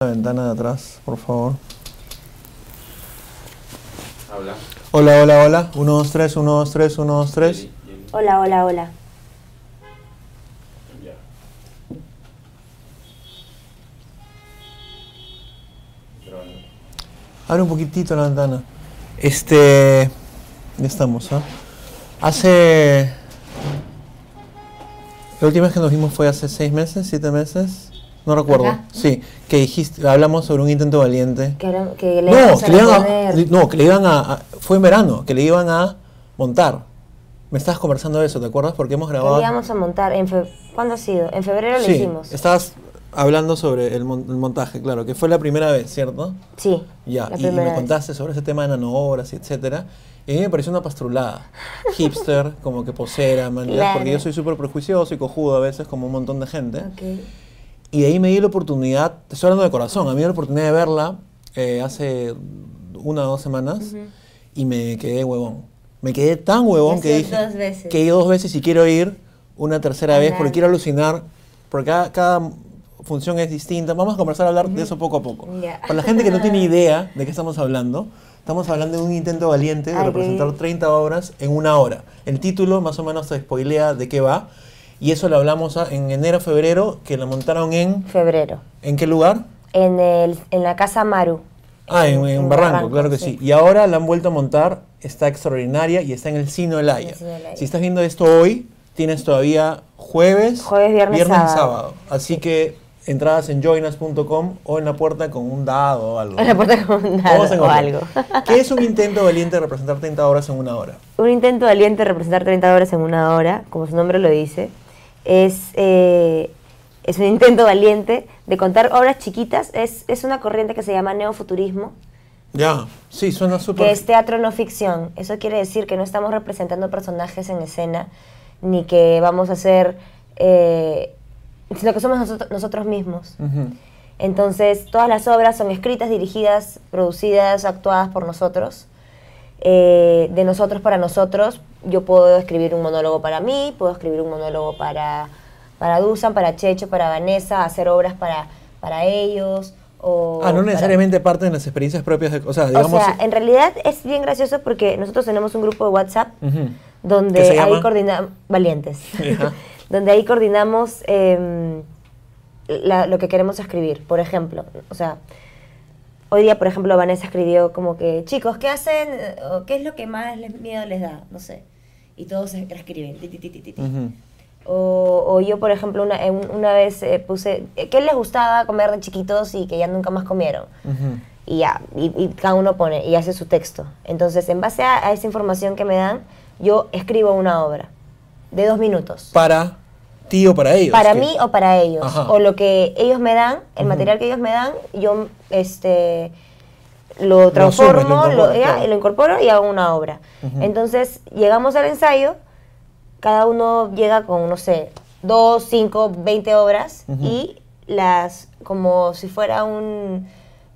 La ventana de atrás, por favor. Habla. Hola, hola, hola. 1, 2, 3, 1, 2, 3, 1, 2, 3. Jenny, Jenny. Hola, hola, hola. Ya. Grabando. Abre un poquitito la ventana. Este. Ya estamos, ¿ah? Hace. La última vez que nos vimos fue hace seis meses, siete meses. No recuerdo. Ajá. Sí, que dijiste, hablamos sobre un intento valiente. Que, ahora- que le No, íbamos a que le iban a, responder. li- no, que le iban a, a- Fue en verano, que le iban a montar. Me estabas conversando de eso, ¿te acuerdas? Porque hemos Que grabado. le íbamos a montar. En fe- ¿Cuándo ha sido? En febrero lo sí, hicimos. estabas hablando sobre el, mon- el montaje, claro, que fue la primera vez, ¿cierto? Sí. Ya, la y, y primera me vez. contaste sobre ese tema de nanoobras y etcétera. Y a mí me pareció una pastrulada. Hipster, como que posera, man, ya, Claro. porque yo soy súper prejuicioso y cojudo a veces, como un montón de gente. Ok. Y de ahí me di la oportunidad, te estoy hablando de corazón, a mí me dio la oportunidad de verla eh, hace una o dos semanas y me quedé huevón. Me quedé tan huevón Has que ido dije dos veces. que he ido dos veces y quiero ir una tercera vez porque Adelante. quiero alucinar, porque cada, cada función es distinta. Vamos a comenzar a hablar de eso poco a poco. Ya. Para la gente que no tiene idea de qué estamos hablando, estamos hablando de un intento valiente de Ay, qué representar bien. 30 obras en una hora. El título más o menos te spoilea de qué va. Y eso lo hablamos a- en enero, febrero, que la montaron en... Febrero. ¿En qué lugar? En, el, en la casa Maru. Ah, en, en En Barranco, Barranco, claro que sí. sí. Y ahora la han vuelto a montar, está extraordinaria y está en el Cino El En Haya. el Cino El Haya. Si estás viendo esto hoy, tienes todavía jueves, Jueves, viernes, y sábado. sábado. Así que entradas en joinas.com o en la puerta con un dado o algo. En la puerta con un Vamos a dado o encontrar. algo. ¿Qué es un intento valiente de representar 30 horas en una hora? Un intento valiente de representar 30 horas en una hora, como su nombre lo dice, es, eh, es un intento valiente de contar obras chiquitas. Es, es una corriente que se llama neofuturismo, Ya, sí, suena súper... que es teatro no ficción. Eso quiere decir que no estamos representando personajes en escena, ni que vamos a ser, eh, sino que somos nosotros, nosotros mismos. Ujú. Entonces, todas las obras son escritas, dirigidas, producidas, actuadas por nosotros. Eh, de nosotros para nosotros, yo puedo escribir un monólogo para mí, puedo escribir un monólogo para, para Dusan, para Checho, para Vanessa, hacer obras para, para ellos. O Ah, no Oh, para- necesariamente parte de las experiencias propias, de- o sea, digamos... o sea, en realidad es bien gracioso porque nosotros tenemos un grupo de WhatsApp Ujú. ¿Que donde Mm. se ahí llama? coordinamos valientes Ya. donde ahí coordinamos em, la- lo que queremos escribir por ejemplo o sea hoy día por ejemplo Vanessa escribió como que chicos qué hacen o qué es lo que más les, miedo les da no sé y todos es- escriben ti, ti, ti, ti, ti, ti. Ujú. O, o yo, por ejemplo, una, en- una vez eh, puse, eh, ¿qué les gustaba comer de chiquitos y que ya nunca más comieron? Ujú. y ya, y, y cada uno pone y hace su texto. Entonces, en base a, a esa información que me dan, yo escribo una obra de dos minutos. Para ti o para ellos. para que- mí o para ellos. Ajá. O lo que ellos me dan, el Ujú. material que ellos me dan, yo este, lo transformo, asumes, lo lo, incorporas, ya, claro. y lo incorporo y hago una obra. Ujú. Entonces, llegamos al ensayo, cada uno llega con, no sé, dos, cinco, veinte obras Ujú. y las, como si fuera un-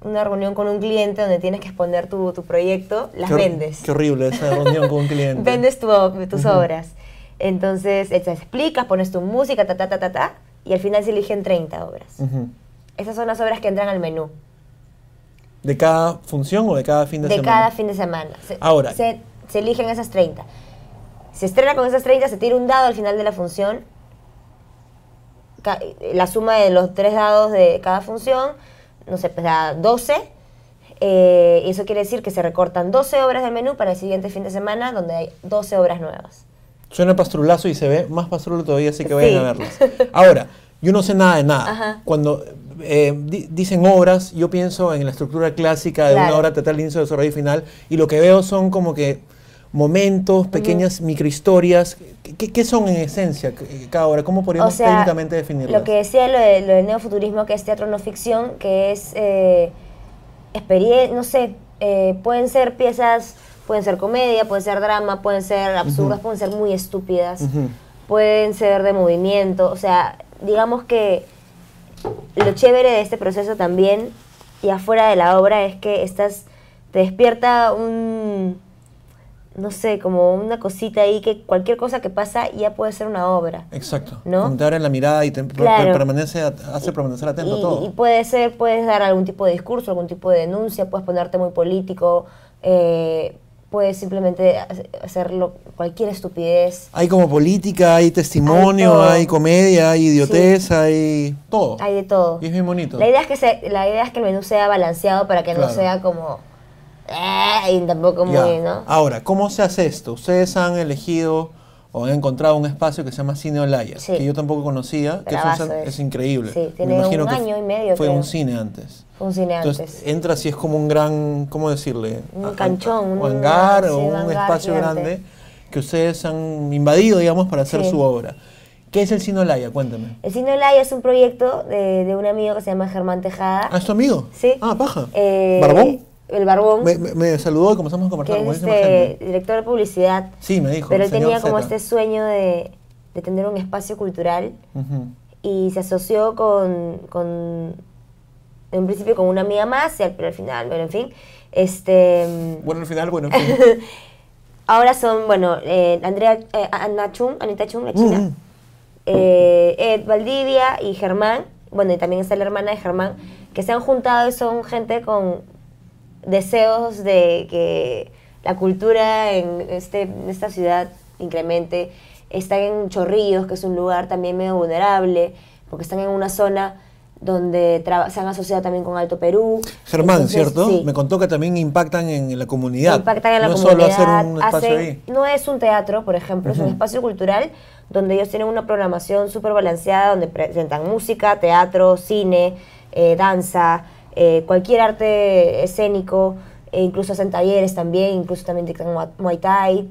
una reunión con un cliente donde tienes que exponer tu, tu proyecto, las Qué hor- vendes. Qué horrible esa reunión con un cliente. Vendes tu ob- tus Ujú. obras. Entonces, eh, te explicas, pones tu música, ta, ta, ta, ta, ta, y al final se eligen 30 obras. Ujú. Esas son las obras que entran al menú ¿De cada función o de cada fin de, de semana? cada fin de semana. Se, Ahora. Se, se eligen esas 30. Se estrena con esas 30, se tira un dado al final de la función. Ca- La suma de los tres dados de cada función, no sé, pues da 12. eh, y eso quiere decir que se recortan 12 obras del menú para el siguiente fin de semana, donde hay 12 obras nuevas. Suena pastrulazo y se ve más pastrulo todavía, así que vayan Sí. a verlas. Ahora, yo no sé nada de nada. Ajá. Cuando eh, di- dicen obras, yo pienso en la estructura clásica de una Claro. obra teatral inicio, desarrollo y final, y lo que veo son como que momentos, pequeñas microhistorias. ¿Qué- ¿Qué, qué son en esencia c- cada obra? ¿Cómo podríamos técnicamente definirlas? Lo que decía lo, de- lo del neofuturismo, que es teatro no ficción, que es eh, experien- no sé, eh, pueden ser piezas, pueden ser comedia, pueden ser drama, pueden ser absurdas, Ujú. pueden ser muy estúpidas, Ujú. pueden ser de movimiento, o sea, digamos que lo chévere de este proceso también y afuera de la obra es que estás te despierta un no sé, como una cosita ahí que cualquier cosa que pasa ya puede ser una obra. Exacto. ¿No? Como te abre la mirada y te per- Claro. permanece, at- hace permanecer atento a Y- todo. Y, puede ser, puedes dar algún tipo de discurso, algún tipo de denuncia, puedes ponerte muy político, eh, puedes simplemente hace- hacerlo cualquier estupidez. Hay como política, hay Hay testimonio, todo. hay, comedia, hay idiotez, hay todo. Hay de todo. Oh. Y es bien bonito. La idea es que se, la idea es que el menú sea balanceado para que Claro. no sea como "Eh", y tampoco muy, Ya. Ah, ¿no? Ahora, ¿cómo se hace esto? Ustedes han elegido o han encontrado un espacio que se llama Cine Olaya, Sí. que yo tampoco conocía, que es, un Bravazo cen- es. es increíble. Sí, tiene un que año y medio, Fue un creo. cine antes. Un cine Entonces antes. entras y es como un gran, ¿cómo decirle? Un A- a- canchón, o un- hangar sí, o un un hangar espacio gigante. grande que ustedes han invadido, digamos, para hacer Sí. su obra. ¿Qué es el Cine Olaya? Cuéntame. El Cine Olaya es un proyecto de, de un amigo que se llama Germán Tejada. Ah, ¿es tu amigo? Sí. Ah, paja. Eh, ¿Barbón? El Barbón, Me, me- me saludó y comenzamos a que conversar con es buenísima este, gente. director de publicidad. Sí, me dijo. Pero el él tenía señor como Zeta. este sueño de, de tener un espacio cultural Ujú. y se asoció con, con en principio con una amiga más, y al- pero al final, bueno, en fin, este, Bueno, al final, bueno, en fin. ahora son, bueno, eh, Andrea, eh, Ana Chung, Anita Chung, la china, Mm, mm. eh, Ed Valdivia y Germán, bueno, y también está la hermana de Germán, que se han juntado y son gente con deseos de que la cultura en, este, en esta ciudad incremente. Están en Chorrillos, que es un lugar también medio vulnerable, porque están en una zona donde traba- se han asociado también con Alto Perú. Germán, Entonces, ¿cierto? sí. Me contó que también impactan en la comunidad. Impactan en la no es comunidad. solo hacer un espacio hacen- ahí. No es un teatro, por ejemplo, es un Ujú. espacio cultural donde ellos tienen una programación súper balanceada donde presentan música, teatro, cine, eh, danza, eh, cualquier arte escénico, e incluso hacen talleres también, incluso también dictan mua- Muay Thai.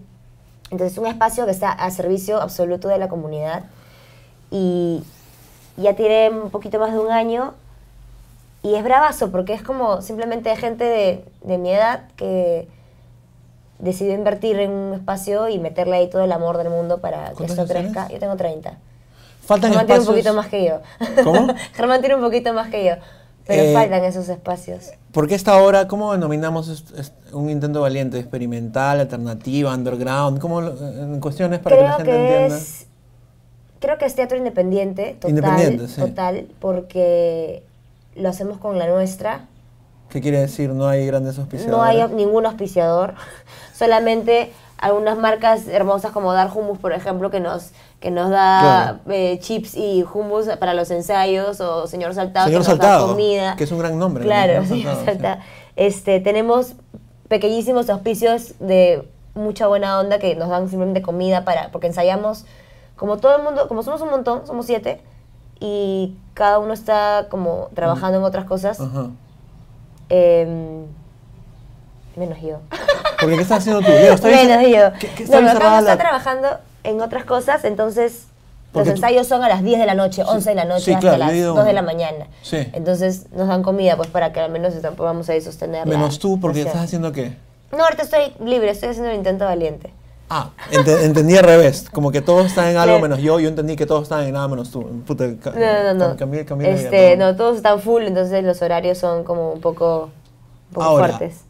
Entonces es un espacio que está a servicio absoluto de la comunidad y ya tiene un poquito más de un año y es bravazo porque es como simplemente gente de, de mi edad que decidió invertir en un espacio y meterle ahí todo el amor del mundo para que ¿Cuántos esto años tienes? crezca. Yo tengo 30. Faltan Germán tiene un espacios. poquito más que yo. ¿Cómo? Germán tiene un poquito más que yo. Pero Eh, faltan esos espacios. ¿Por qué esta obra, cómo denominamos est- est- un intento valiente, experimental, alternativa, underground? ¿Cómo lo- en cuestiones para que la Creo gente que entienda? es. Creo que es teatro independiente, total. Independiente, sí. Total, porque lo hacemos con la nuestra. ¿Qué quiere decir? No hay grandes No auspiciadores. hay ningún auspiciador, solamente algunas marcas hermosas como Dar Hummus, por ejemplo, que nos, que nos da eh, chips y hummus para los ensayos, o Señor Saltado, Señor que nos Saltado, da comida. que es un gran nombre, ¿no? Claro, Señor Señor Saltado, sí. Saltado. Este, tenemos pequeñísimos auspicios de mucha buena onda que nos dan simplemente comida para, porque ensayamos, como todo el mundo, como somos un montón, somos siete, y cada uno está como trabajando en otras cosas. Ajá. Em, menos yo. Porque ¿qué estás haciendo tú? Leo, ¿está bien- menos yo. ¿Qué- qué está no, bien pero cerrada acá está la- trabajando en otras cosas, entonces Porque los tú- ensayos son a las 10 de la noche, 11 de la noche, sí, hasta claro, yo las digo- 2 de la mañana. Sí. Entonces nos dan comida pues para que al menos esta- podamos ahí sostener la- Menos tú, porque la estás acción. haciendo qué? No, ahorita estoy libre, estoy haciendo el intento valiente. Ah, ente- entendí al revés. Como que todos están en algo Claro. menos yo, yo entendí que todos están en nada menos tú. Puta, ca- No, no, no. Ah, cam- cambié- cambié la idea, este, perdón. no, todos están full, entonces los horarios son como un poco, un poco Ahora, fuertes.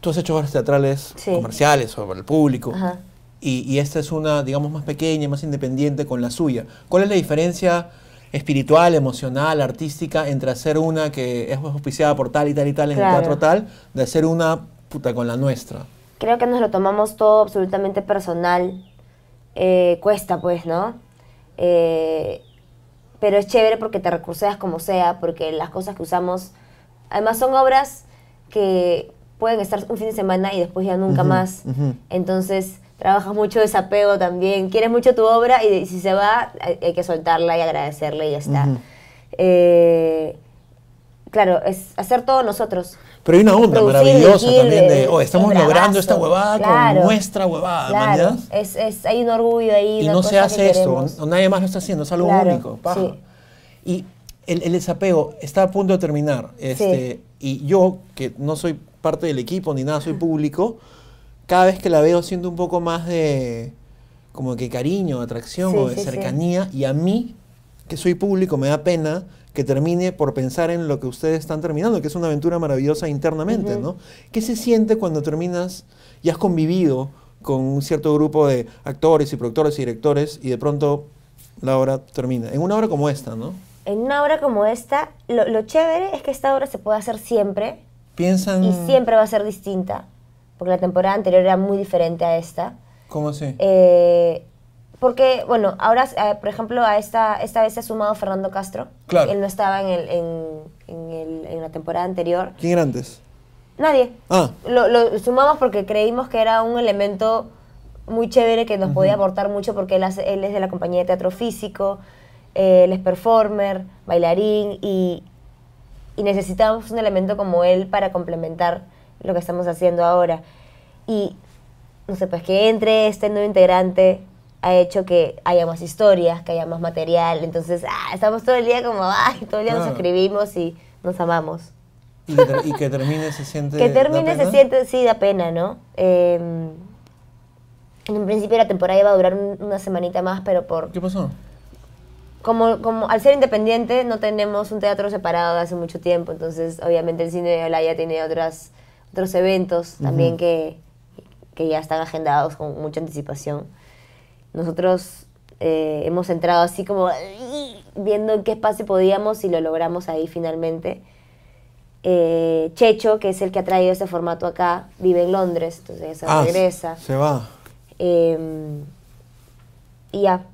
Tú has hecho obras teatrales Sí. comerciales o para el público. Ajá. Y, y esta es una, digamos, más pequeña, más independiente con la suya. ¿Cuál es la diferencia espiritual, emocional, artística entre hacer una que es auspiciada por tal y tal y tal en Claro. el teatro tal, de hacer una puta con la nuestra? Creo que nos lo tomamos todo absolutamente personal. Eh, cuesta, pues, ¿no? Eh, pero es chévere porque te recurseas como sea, porque las cosas que usamos, además son obras que pueden estar un fin de semana y después ya nunca Ujú, más. ujú. Entonces trabajas mucho desapego también, quieres mucho tu obra y si se va hay, hay que soltarla y agradecerle y ya está. Ujú. Eh, claro, es hacer todo nosotros. Pero hay una onda Producir, maravillosa dirigir, también de, eh, oh, estamos un logrando bravazo, esta huevada claro. con nuestra huevada, Claro, ¿mañas? es, es, hay un orgullo ahí. Ah, y una no cosa se que hace esto, queremos. o nadie más lo está haciendo, es algo Claro, único, paja. sí. Y el, el desapego está a punto de terminar. Este, Y yo, que no soy parte del equipo ni nada, soy público, cada vez que la veo siento un poco más de como que cariño, atracción Sí, o de sí, sí. cercanía. Y a mí, que soy público, me da pena que que termine por pensar en lo que ustedes están terminando, que es una aventura maravillosa internamente, ¿no? ¿Qué se siente cuando terminas y has convivido con un cierto grupo de actores y productores y directores y de pronto la obra termina? En una obra como esta, ¿no? En una obra como esta, lo, lo chévere es que esta obra se puede hacer siempre Piensan... y siempre va a ser distinta, porque la temporada anterior era muy diferente a esta. ¿Cómo así? Eh, porque, bueno, ahora, eh, por ejemplo, a esta, esta vez se ha sumado Fernando Castro. Claro. Él no estaba en, el, en, en el- en la temporada anterior. ¿Quién era antes? Nadie. Ah, Lo, lo sumamos porque creímos que era un elemento muy chévere que nos podía aportar mucho porque él, hace- él es de la compañía de teatro físico, eh, él es performer, bailarín y, y necesitábamos un elemento como él para complementar lo que estamos haciendo ahora. Y, no sé, pues que entre este nuevo integrante ha hecho que haya más historias, que haya más material. Entonces, ah, estamos todo el día como, ay, todo el día Claro. nos escribimos y nos amamos. y que, ter- y que termine se siente... Que da termine se pena. siente, sí, da pena, ¿no? Eh, en un principio la temporada iba a durar un- una semanita más, pero por ¿Qué pasó? como, como al ser independiente no tenemos un teatro separado de hace mucho tiempo, entonces obviamente el cine de Olaya tiene otras, otros eventos también que, que ya están agendados con mucha anticipación. Nosotros eh, hemos entrado así como "Ay", viendo en qué espacio podíamos y lo logramos ahí finalmente. Eh, Checho, que es el que ha traído ese formato acá, vive en Londres, entonces se Ah, regresa. Se va. Eh, y ya,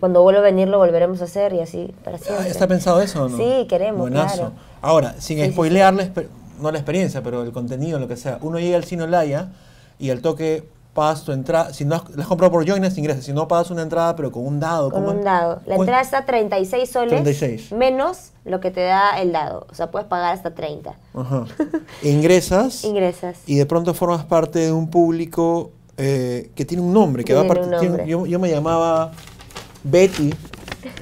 cuando vuelva a venir lo volveremos a hacer y así para Ah, siempre. ¿Está pensado eso o no? Sí, queremos, Buenazo. claro. Ahora, sin Sí, sí, spoilearles, pe- no la experiencia, pero el contenido, lo que sea. Uno llega al cine Olaya y al toque pagas tu entrada. Si no has, la has comprado por Joinas, ingresas. Si no, pagas una entrada, pero con un dado. Con ¿cómo es? un dado. La ¿Cuán- entrada está a 36 soles 36. menos lo que te da el dado. O sea, puedes pagar hasta 30. Ajá. Ingresas Ingresas. y de pronto formas parte de un público eh, que tiene un nombre. Que va a Tiene partir- un tiene- nombre. yo, yo me llamaba Betty,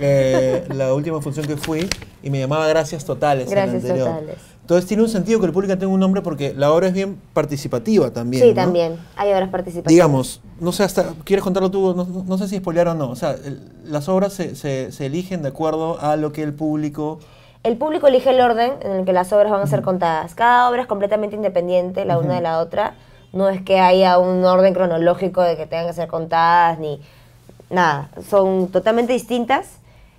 eh, la última función que fui, y me llamaba Gracias Totales. en la Gracias anterior. Totales. Entonces tiene un sentido que el público tenga un nombre porque la obra es bien participativa también. sí, ¿no? también. Hay obras participativas. Digamos, no sé hasta, ¿quieres contarlo tú? No, no- no sé si spoilear o no. O sea, el- las obras se, se- se eligen de acuerdo a lo que el público... El público elige el orden en el que las obras van a ser contadas. Cada obra es completamente independiente la una de la otra. No es que haya un orden cronológico de que tengan que ser contadas ni nada. Son totalmente distintas.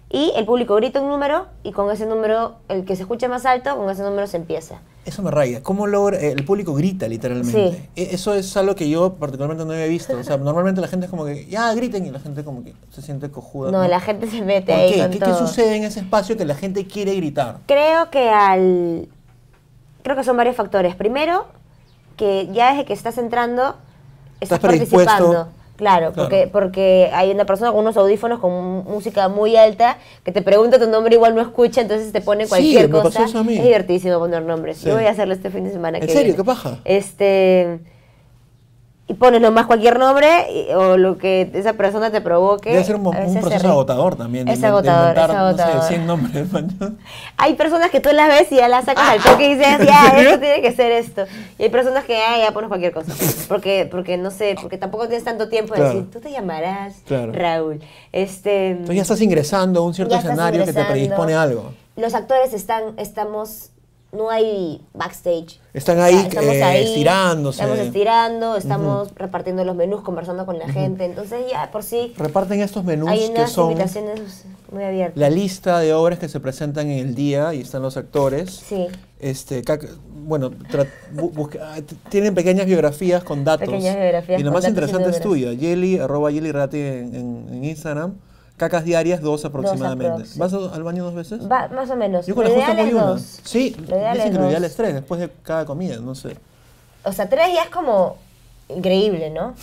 Y el público grita un número y con ese número, el que se escuche más alto, con ese número se empieza. Eso me raya. ¿Cómo logra? eh, El público grita literalmente. E- Eso es algo que yo particularmente no había visto. O sea, normalmente la gente es como que, ya griten y la gente como que se siente cojuda. No, la gente se mete ¿Por ahí qué? con ¿Qué, qué todo. sucede en ese espacio que la gente quiere gritar? Creo que al. Creo que son varios factores. Primero, que ya desde que estás entrando, estás, Estás predispuesto. participando. Claro, Claro. Porque, porque hay una persona con unos audífonos con mu- música muy alta que te pregunta tu nombre, igual no escucha, entonces te pone Sí, cualquier me cosa. pasó eso a mí. Es divertidísimo poner nombres. Sí. Yo voy a hacerlo este fin de semana. ¿En que serio? viene. ¿Qué paja? Este. Y pones nomás cualquier nombre y- o lo que esa persona te provoque. Debe ser un, mo- A un veces se proceso ríe. agotador también. de Es inven- de agotador, es inventar, No agotador. sé, 100 nombres. man. Hay personas que tú las ves y ya las sacas Ah. al toque y dices, "Ah, ¿En ya, serio? esto tiene que ser esto. Y hay personas que, ah, ya pones cualquier cosa. Porque, porque no sé, porque tampoco tienes tanto tiempo de Claro. decir, tú te llamarás Claro. Raúl. Este, Entonces ya estás ingresando a un cierto ya estás escenario que te ingresando. predispone a algo. Los actores están, estamos, no hay backstage. Están O sea, ahí, eh, estirándose. Estamos estirando, estamos repartiendo los menús, conversando con la gente. Entonces ya por sí Reparten estos menús hay que unas son invitaciones muy abiertas. la lista de obras que se presentan en el día y están los actores. Sí. Este, ca- bueno, tra- bu- busca- ah, t- tienen pequeñas biografías con datos. Pequeñas biografías Y lo con más datos y interesante es números. tuya, Yeli, arroba Yeli Ratti en, en- en Instagram. Cacas diarias, dos aproximadamente. aprox, sí. ¿Vas a- al baño dos veces? Va, más o menos. Yo con Lo la justa ideal voy es una. dos. Sí, Lo ideal dicen es que lo ideal dos. es tres después de cada comida, no sé. O sea, tres ya es como increíble, ¿no?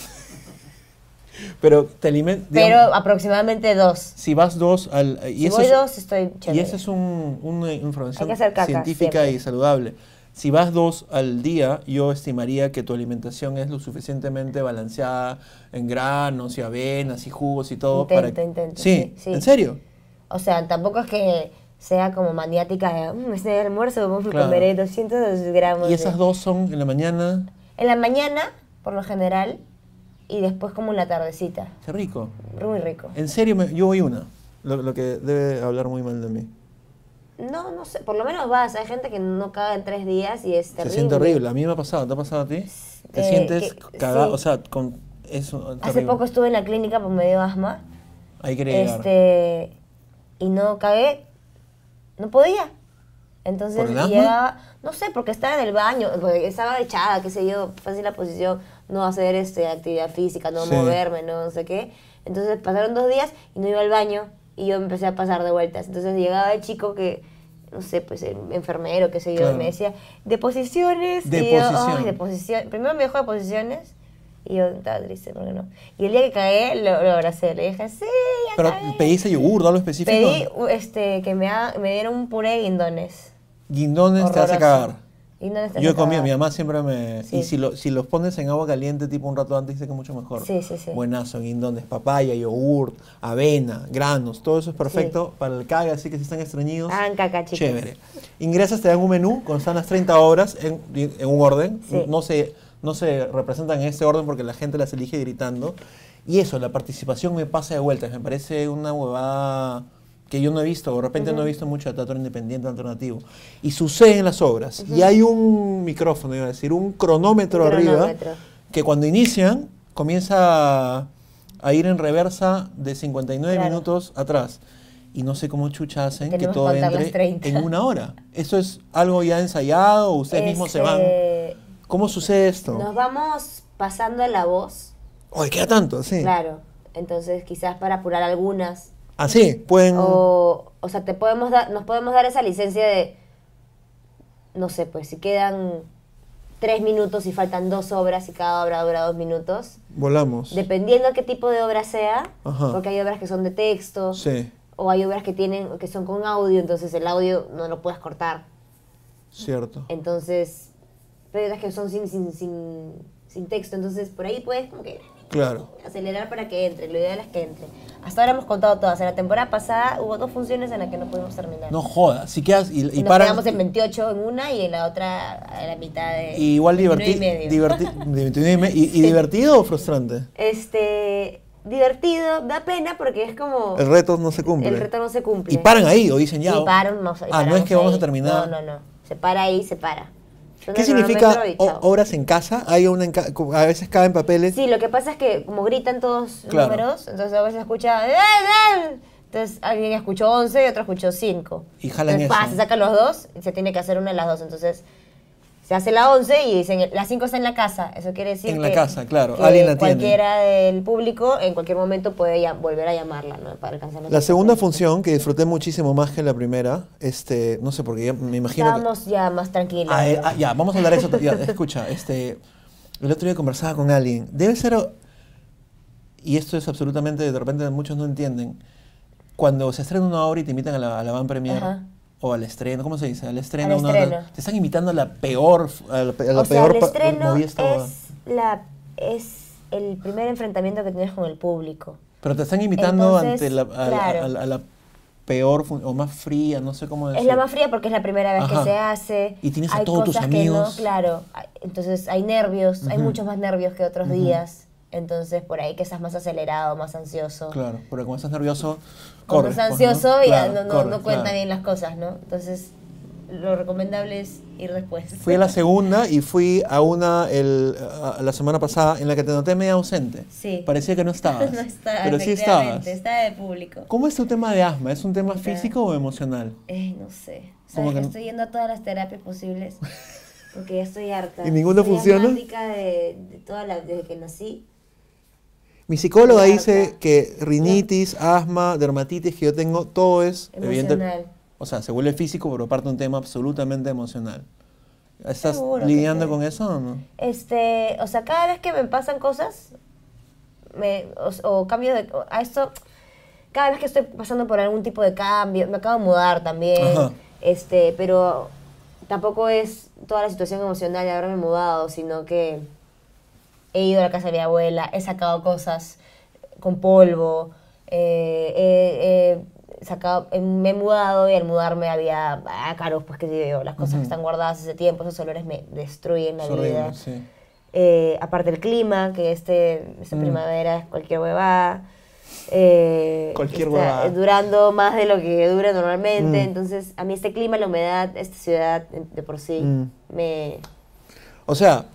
Pero te alimentas. Pero aproximadamente dos. si vas dos al. eh, Y Si eso voy es- dos, estoy Y chévere. esa es un- una información Hay que hacer caca científica siempre. y saludable. Si vas dos al día, yo estimaría que tu alimentación es lo suficientemente balanceada en granos y avenas y jugos y todo. Intento, para... intento, Sí, sí, sí. ¿en serio? O sea, tampoco es que sea como maniática de, mmm, es el almuerzo, vamos Claro. a comer 200 gramos. Y de-". esas dos son en la mañana. En la mañana, por lo general, y después como en la tardecita. Qué rico. Muy rico. En serio, me- yo voy una. Lo, lo que debe hablar muy mal de mí. No, no sé, por lo menos vas. Hay gente que no caga en tres días y es terrible. Se siente horrible. A mí me ha pasado. ¿Te ha pasado a ti? Te Eh, sientes que- cagado. sí. O sea, con eso. Hace poco estuve en la clínica porque me dio asma. Ahí quería llegar. Este, y no cagué. No podía. Entonces ¿Por el asma? llegaba, no sé, porque estaba en el baño, porque estaba echada, qué sé yo, fácil la posición, no hacer este, actividad física, no Sí. moverme, no sé qué. Entonces pasaron dos días y no iba al baño y yo empecé a pasar de vueltas. Entonces llegaba el chico que, no sé, pues el enfermero, qué sé yo, Claro. y me decía, de posiciones. De y yo, posición. "Ay, de posición. Primero me dejó de posiciones y yo estaba triste, porque no. Y el día que cagué, lo, lo abracé, le dije, sí, ya Pero cagué". pediste yogur, algo específico. Pedí u- este, que me, haga- me dieran un puré de guindones. Guindones te hace Horroroso. cagar. Guindones te Yo he hace comido, mi cagar. mamá siempre me... Sí. Y si, lo- si los pones en agua caliente tipo un rato antes, dice que es mucho mejor. Sí, sí, sí. Buenazo, guindones, papaya, yogurt, avena, granos, todo eso es perfecto para el caga, así que si están estreñidos, Hagan Ah, caca, chicos. chévere. Ingresas, te dan un menú, constan las 30 obras en, en un orden, Sí. no, se, no se representan en ese orden porque la gente las elige gritando. Y eso, la participación me pasa de vueltas, me parece una huevada que yo no he visto, o de repente no he visto mucho de teatro independiente alternativo. Y sucede en las obras. Y hay un micrófono, iba a decir, un cronómetro, Un cronómetro. arriba, que cuando inician, comienza a, a ir en reversa de 59 Claro. minutos atrás. Y no sé cómo chucha hacen que Tenemos que todo contar las entre 30. en una hora. ¿Eso es algo ya ensayado o ustedes mismos se van? Este, ¿Cómo sucede esto? Nos vamos pasando la voz, Oye, queda tanto, sí. claro. Entonces, quizás para apurar algunas. Así, pueden... O, o sea, te podemos dar, nos podemos dar esa licencia de, no sé, pues si quedan tres minutos y faltan dos obras y cada obra dura dos minutos, Volamos. dependiendo de qué tipo de obra sea, Ajá. porque hay obras que son de texto, Sí, o hay obras que tienen, que son con audio, entonces el audio no lo puedes cortar. cierto. Entonces, pero hay otras que son sin, sin, sin, sin texto, entonces por ahí puedes como que Claro. acelerar para que entre, lo ideal es que entre. Hasta ahora hemos contado todas. En la temporada pasada hubo dos funciones en las que no pudimos terminar. No jodas. Si quedas y, y Nos paran- quedamos en 28 en una y en la otra a la mitad de. y igual 29 divertido. y medio. y, y divertido o frustrante? Este. Divertido, da pena porque es como. El reto no se cumple. el reto no se cumple. Y paran ahí o dicen ya. Y paran, vamos y ah, no paramos es que vamos ahí. a terminar. No, no, no. Se para ahí, se para. Suena ¿Qué el significa cronómetro y o- chao. obras en casa? Hay una en ca- como a veces caen papeles. Sí, lo que pasa es que como gritan todos Claro. números, entonces a veces escucha... "Eh, eh". Entonces alguien escuchó 11 y otro escuchó 5. Y jalan entonces, pa, eso. se sacan los dos y se tiene que hacer una de las dos. Entonces se hace la 11 y dicen, las 5 está en la casa. Eso quiere decir En la que- casa, claro, que alguien la tiene. cualquiera del público en cualquier momento puede ya- volver a llamarla ¿no? para alcanzar La segunda función. función que disfruté muchísimo más que la primera, este, no sé porque ya me imagino que- Estábamos ya más tranquilos. Ah, eh, ¿no? ah, ya, vamos a hablar de eso. to- ya, escucha, este, el otro día conversaba con alguien. Debe ser, o- y esto es absolutamente, de repente muchos no entienden, cuando se estrena una obra y te invitan a la, a la van premier Ajá. o al estreno, ¿cómo se dice? Al estreno. Al una obra, estreno. te están invitando a la peor, f- a la, pe- a la o sea, peor el pa- estreno movida esta boda. es, la, es el primer enfrentamiento que tienes con el público. Pero te están invitando Entonces, ante la, a, la- claro. a la- a la peor fun- o más fría, no sé cómo Es decirlo. la más fría porque es la primera vez Ajá. que se hace. Y tienes a hay todos tus cosas amigos. Que no, claro. Hay- Entonces hay nervios, hay Ujú. muchos más nervios que otros días. Entonces por ahí que estás más acelerado, más ansioso. Claro, porque cuando estás nervioso, Cuando corres. estás pues, ¿no? ansioso y ah, Claro, no, no, corres, no cuenta claro. bien las cosas, ¿no? Entonces lo recomendable es ir después. Fui a la segunda y fui a una el- a- a la semana pasada en la que te noté media ausente. Sí. Parecía que no estabas. no está, pero sí estabas. efectivamente, Está de público. ¿Cómo es tu tema de asma? ¿Es un tema Puta. físico o emocional? Eh, no sé. ¿Cómo Sabes que que no? estoy yendo a todas las terapias posibles porque ya estoy harta. ¿Y ninguna Soy funciona? asmática de, de toda la, desde que nací. Mi psicóloga Claro, dice claro. que rinitis, asma, dermatitis que yo tengo, todo es Emocional. evidente- O sea, se vuelve físico, pero parte un tema absolutamente emocional. ¿Estás Seguro que lidiando sí. con eso o no? Este, o sea, cada vez que me pasan cosas, me, o, o cambio de, o- a esto, cada vez que estoy pasando por algún tipo de cambio, me acabo de mudar también, Ajá. este, pero tampoco es toda la situación emocional de haberme mudado, sino que he ido a la casa de mi abuela, he sacado cosas con polvo, eh, he- he sacado, eh, me he mudado y al mudarme había ácaros, pues qué sé yo, las cosas Ujú. que están guardadas hace tiempo, esos olores me destruyen la Es vida. horrible, sí. Eh, aparte el clima, que este, esta Mm. primavera es cualquier huevada. eh, Cualquier está huevada. durando más de lo que dura normalmente. Mm. Entonces, a mí este clima, la humedad, esta ciudad de- de por sí, Mm. me... O sea,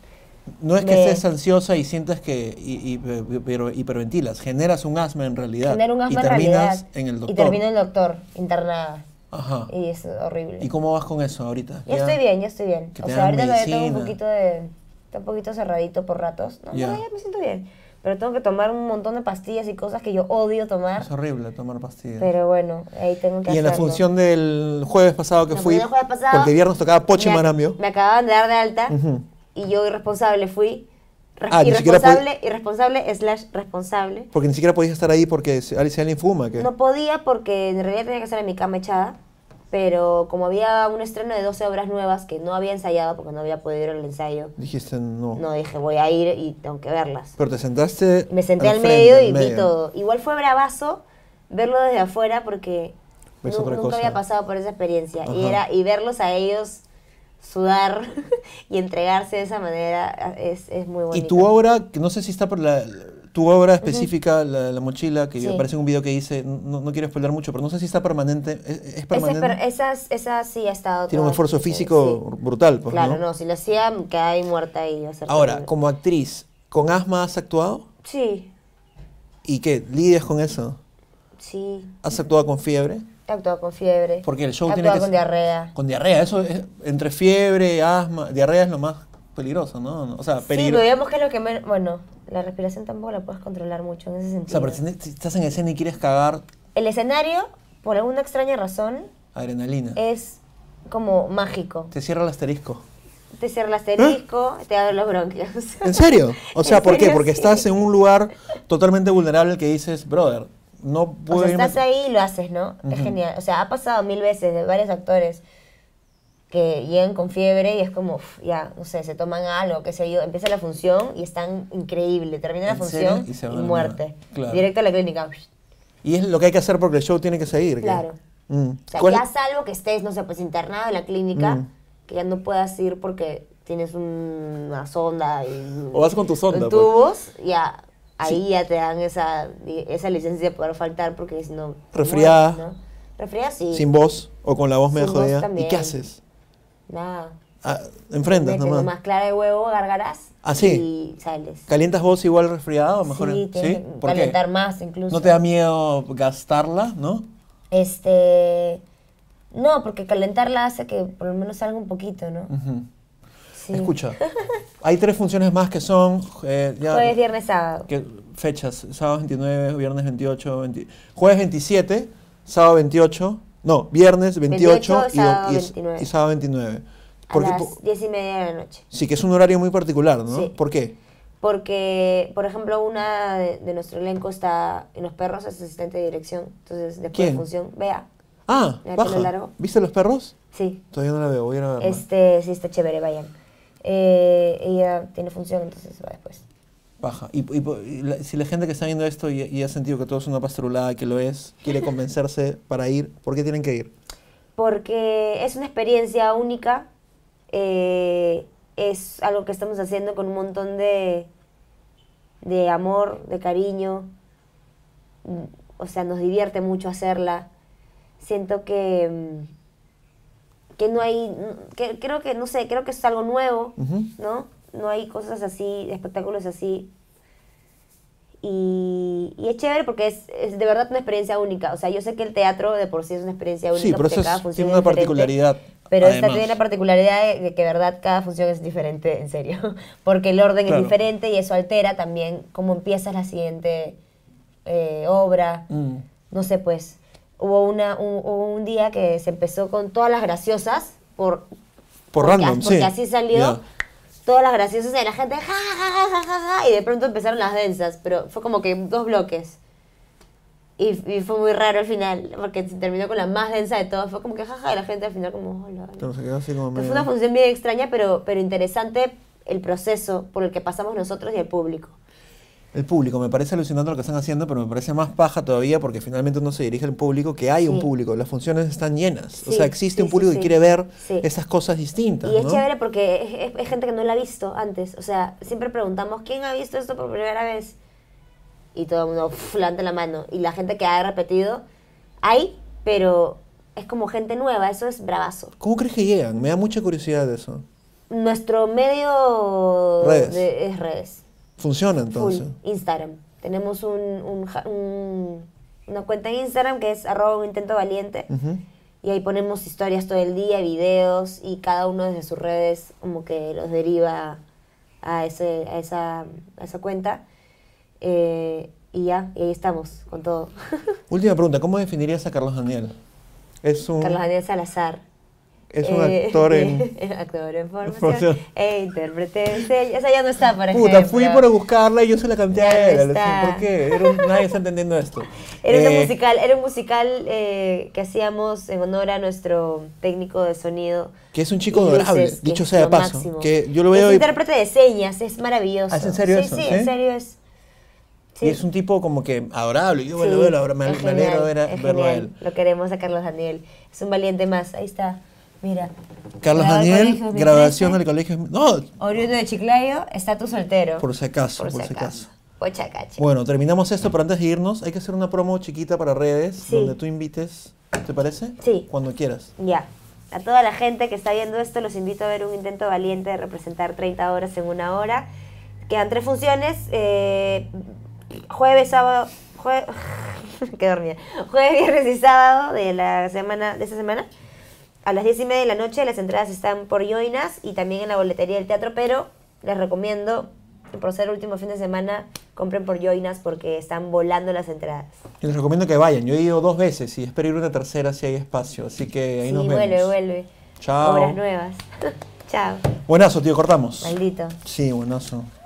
no es que Me- estés ansiosa y sientas que y, y- pero hiperventilas, generas un asma en realidad. genera un asma y terminas en realidad. en el doctor. Y termino en el doctor, internada. Ajá. Y, Y es horrible. cómo vas con eso ahorita? ¿Ya? Yo estoy bien, yo estoy bien. Que O te sea, dan ahorita todavía tengo un medicina. poquito de. Está un poquito cerradito por ratos. No, no, Ya. ya me siento bien. Pero tengo que tomar un montón de pastillas y cosas que yo odio tomar. Es horrible tomar pastillas. Pero bueno, ahí tengo que y en la hacerlo. función del jueves pasado que La fui, función del jueves pasado, porque viernes tocaba Pochi me, Marambio. Me acababan de dar de alta Ujú. y yo irresponsable fui. Re- Ah, ni siquiera pod- irresponsable, irresponsable slash responsable. Porque ni siquiera podías estar ahí porque si- si alguien fuma. que No podía porque en realidad tenía que estar en mi cama echada, pero como había un estreno de 12 obras nuevas que no había ensayado porque no había podido ir al ensayo, Dijiste no. no dije voy a ir y tengo que verlas. Pero te sentaste. Me senté al, frente, medio al y vi medio. todo. Igual fue bravazo verlo desde afuera porque Ves nu- Pues otra nunca cosa. había pasado por esa experiencia. Y, Ajá. era, y verlos a ellos sudar y entregarse de esa manera ah, es, es muy bonito. Y tu obra, que no sé si está por la. Tu obra específica, la, la mochila, que Sí. aparece en un video que hice, no, no quiero spoiler mucho, pero no sé si está permanente. ¿Es, es Esa, permanente? esas, esa sí ha estado... Tiene un toda- esfuerzo sí, físico sí. brutal, pues, claro, ¿no? ¿no? si lo hacía me quedaba ahí muerta y yo acertaba. Ahora, como actriz, ¿con asma has actuado? Sí, ¿Y qué? ¿Lidias con eso? sí. ¿Has actuado con fiebre? He actuado con fiebre. Porque el show He tiene que actuado con ser- diarrea. Con diarrea, eso es. Entre fiebre, asma. Diarrea es lo más peligroso, ¿no? O sea, Sí, peligro. pero digamos que es lo que menos... Bueno, la respiración tampoco la puedes controlar mucho en ese o sentido. sea, pero si si estás en escena y quieres cagar El escenario, por alguna extraña razón, adrenalina, es como mágico. te cierra el asterisco. Te cierra el asterisco, te abre los bronquios. ¿Eh? ¿En serio? O sea, En ¿por qué? serio, Porque sí. estás en un lugar totalmente vulnerable que dices, brother, no O puedo sea, irme- estás ahí y lo haces, ¿no? Es Ujú. genial. O sea, ha pasado mil veces de varios actores que llegan con fiebre y es como, uf, ya, no sé, se toman algo, qué sé yo, empieza la función y están increíble, termina la ¿En serio? función Y y, se van a la muerte. mierda. Claro. Directo a la clínica. Y es lo que hay que hacer porque el show tiene que seguir. ¿qué? Claro. Mm. O sea, ¿Cuál- ya salvo que estés, no sé, pues internado en la clínica, Mm. que ya no puedas ir porque tienes un- una sonda y... O vas con tu sonda, con pues. tubos, ya, ahí ya te dan esa, esa licencia de poder faltar porque si no... te Resfriada. mueres, ¿no? Resfriada sí. Sin voz o con la voz media Sin voz jodida. ¿Y también. qué haces? Nada. Ah, enfrentas Metes nomás. nomás. clara de huevo, gargarás. ¿Ah, sí? Y sales. ¿Calientas voz igual resfriado o mejor? ¿eh? Sí, tienes que ¿Por qué? calentar más incluso. ¿No te da miedo gastarla, no? Este... No, porque calentarla hace que por lo menos salga un poquito, ¿no? Ujú. Sí. Mm. Escucha, hay tres funciones más que son... eh, ya- Jueves, viernes, sábado. ¿Qué fechas? Sábado 29, viernes 28, 20 jueves 27, sábado 28, no, viernes 28, 28, y, do- sábado y- 29. y sábado 29. A Porque, las diez y media de la noche. sí, que es un horario muy particular, ¿no? Sí. ¿Por qué? Porque, por ejemplo, una de, de nuestro elenco está en Los Perros, es asistente de dirección. Entonces, después ¿Quién? de función, vea. Ah, ¿La de baja. pelo largo? ¿Viste los perros? Sí, Todavía no la veo, voy a ir a verla. este, sí está chévere, vayan. Eh, ella tiene función, entonces va después. Baja. Y, y- y la- si la gente que está viendo esto y, y ha sentido que todo es una pastrulada, que lo es, quiere convencerse para ir, ¿por qué tienen que ir? Porque es una experiencia única. eh, es algo que estamos haciendo con un montón de, de amor, de cariño. mm, O sea, nos divierte mucho hacerla. Siento que, mm, que no hay. Que, creo que, no sé, creo que es algo nuevo, Ujú. ¿no? No hay cosas así, espectáculos así. Y, y es chévere porque es, es de verdad una experiencia única. O sea, yo sé que el teatro de por sí es una experiencia única. Sí, pero porque eso es- cada función tiene es una diferente. particularidad, Pero esta además. tiene la particularidad de, de que, de verdad, cada función es diferente, en serio. Porque el orden Claro. es diferente y eso altera también cómo empiezas la siguiente eh, obra. Mm. No sé, pues. Hubo, una, un, hubo un día que se empezó con todas las graciosas por, Por porque- random, porque sí. así salió. Ya. Todas las graciosas de la gente, ja, ja, ja, ja, ja, ja, y de pronto empezaron las densas, pero fue como que dos bloques. Y, y fue muy raro al final, porque se terminó con la más densa de todas. Fue como que jaja, y la gente al final como, hola, hola". Entonces quedó así como Entonces medio- fue una función bien extraña, pero, pero interesante el proceso por el que pasamos nosotros y el público. El público, me parece alucinante lo que están haciendo, pero me parece más paja todavía porque finalmente uno se dirige al público, que hay un Sí. público, las funciones están llenas. o Sí, sea, existe sí, un público sí, que sí. quiere ver Sí. esas cosas distintas. Y es ¿no? chévere porque es, es- es gente que no la ha visto antes. O sea, siempre preguntamos, ¿quién ha visto esto por primera vez? y todo el mundo uf, levanta la mano. Y la gente que ha repetido, hay, pero es como gente nueva, eso es bravazo. ¿Cómo crees que llegan? Me da mucha curiosidad eso. Nuestro medio Redes. de- es redes. Funciona Full. entonces. Instagram. Tenemos un, un ja- un- una cuenta en Instagram que es arroba un intento valiente. Ujú. Y ahí ponemos historias todo el día, videos, y cada uno desde sus redes como que los deriva a, ese, a, esa, a esa cuenta. Eh, y ya, y ahí estamos con todo. Última pregunta, ¿cómo definirías a Carlos Daniel? Es un, Carlos Daniel Salazar. es un Eh, actor en... actor en formación. formación. E intérprete. Ese- Esa ya no está, por ejemplo. Puta, fui por buscarla y yo se la canté Ya a no él. Alexis, está. ¿Por qué? Era un- nadie está entendiendo esto. Era un Eh, musical, era un musical eh, que hacíamos en honor a nuestro técnico de sonido. Que es un chico y luces, adorable, que dicho es sea de lo paso, máximo. que yo lo veo Es y- intérprete de señas, es maravilloso. Ah, ¿es en serio sí, eso? Sí, ¿Sí? en serio es. Sí. Y es un tipo como que adorable. Yo bueno, Sí, velo ahora, me, es me alegro genial, ver a- es verlo a genial. él. Lo queremos a Carlos Daniel. Es un valiente más. Ahí está. Mira. Carlos Graduado del Daniel, colegio 2013, graduación del colegio. No, Oriundo de Chiclayo, estatus soltero. por si acaso, por, si acaso. Pochacache. Bueno, terminamos esto, pero antes de irnos, hay que hacer una promo chiquita para redes, Sí. donde tú invites, ¿te parece? Sí. Cuando quieras. Ya. A toda la gente que está viendo esto, los invito a ver un intento valiente de representar 30 horas en una hora. Quedan tres funciones. eh, jueves, sábado. Jue... Qué dormida. Jueves, viernes y sábado de la semana. de esta semana. A las 10 y media de la noche las entradas están por Yoinas y también en la boletería del teatro, pero les recomiendo que por ser último fin de semana compren por Yoinas porque están volando las entradas. Y les recomiendo que vayan. Yo he ido dos veces y espero ir una tercera si hay espacio. Así que ahí sí, nos vemos. vuelve, vuelve. Chao. Obras nuevas. Chao. Buenazo, tío, cortamos. Maldito. Sí, buenazo.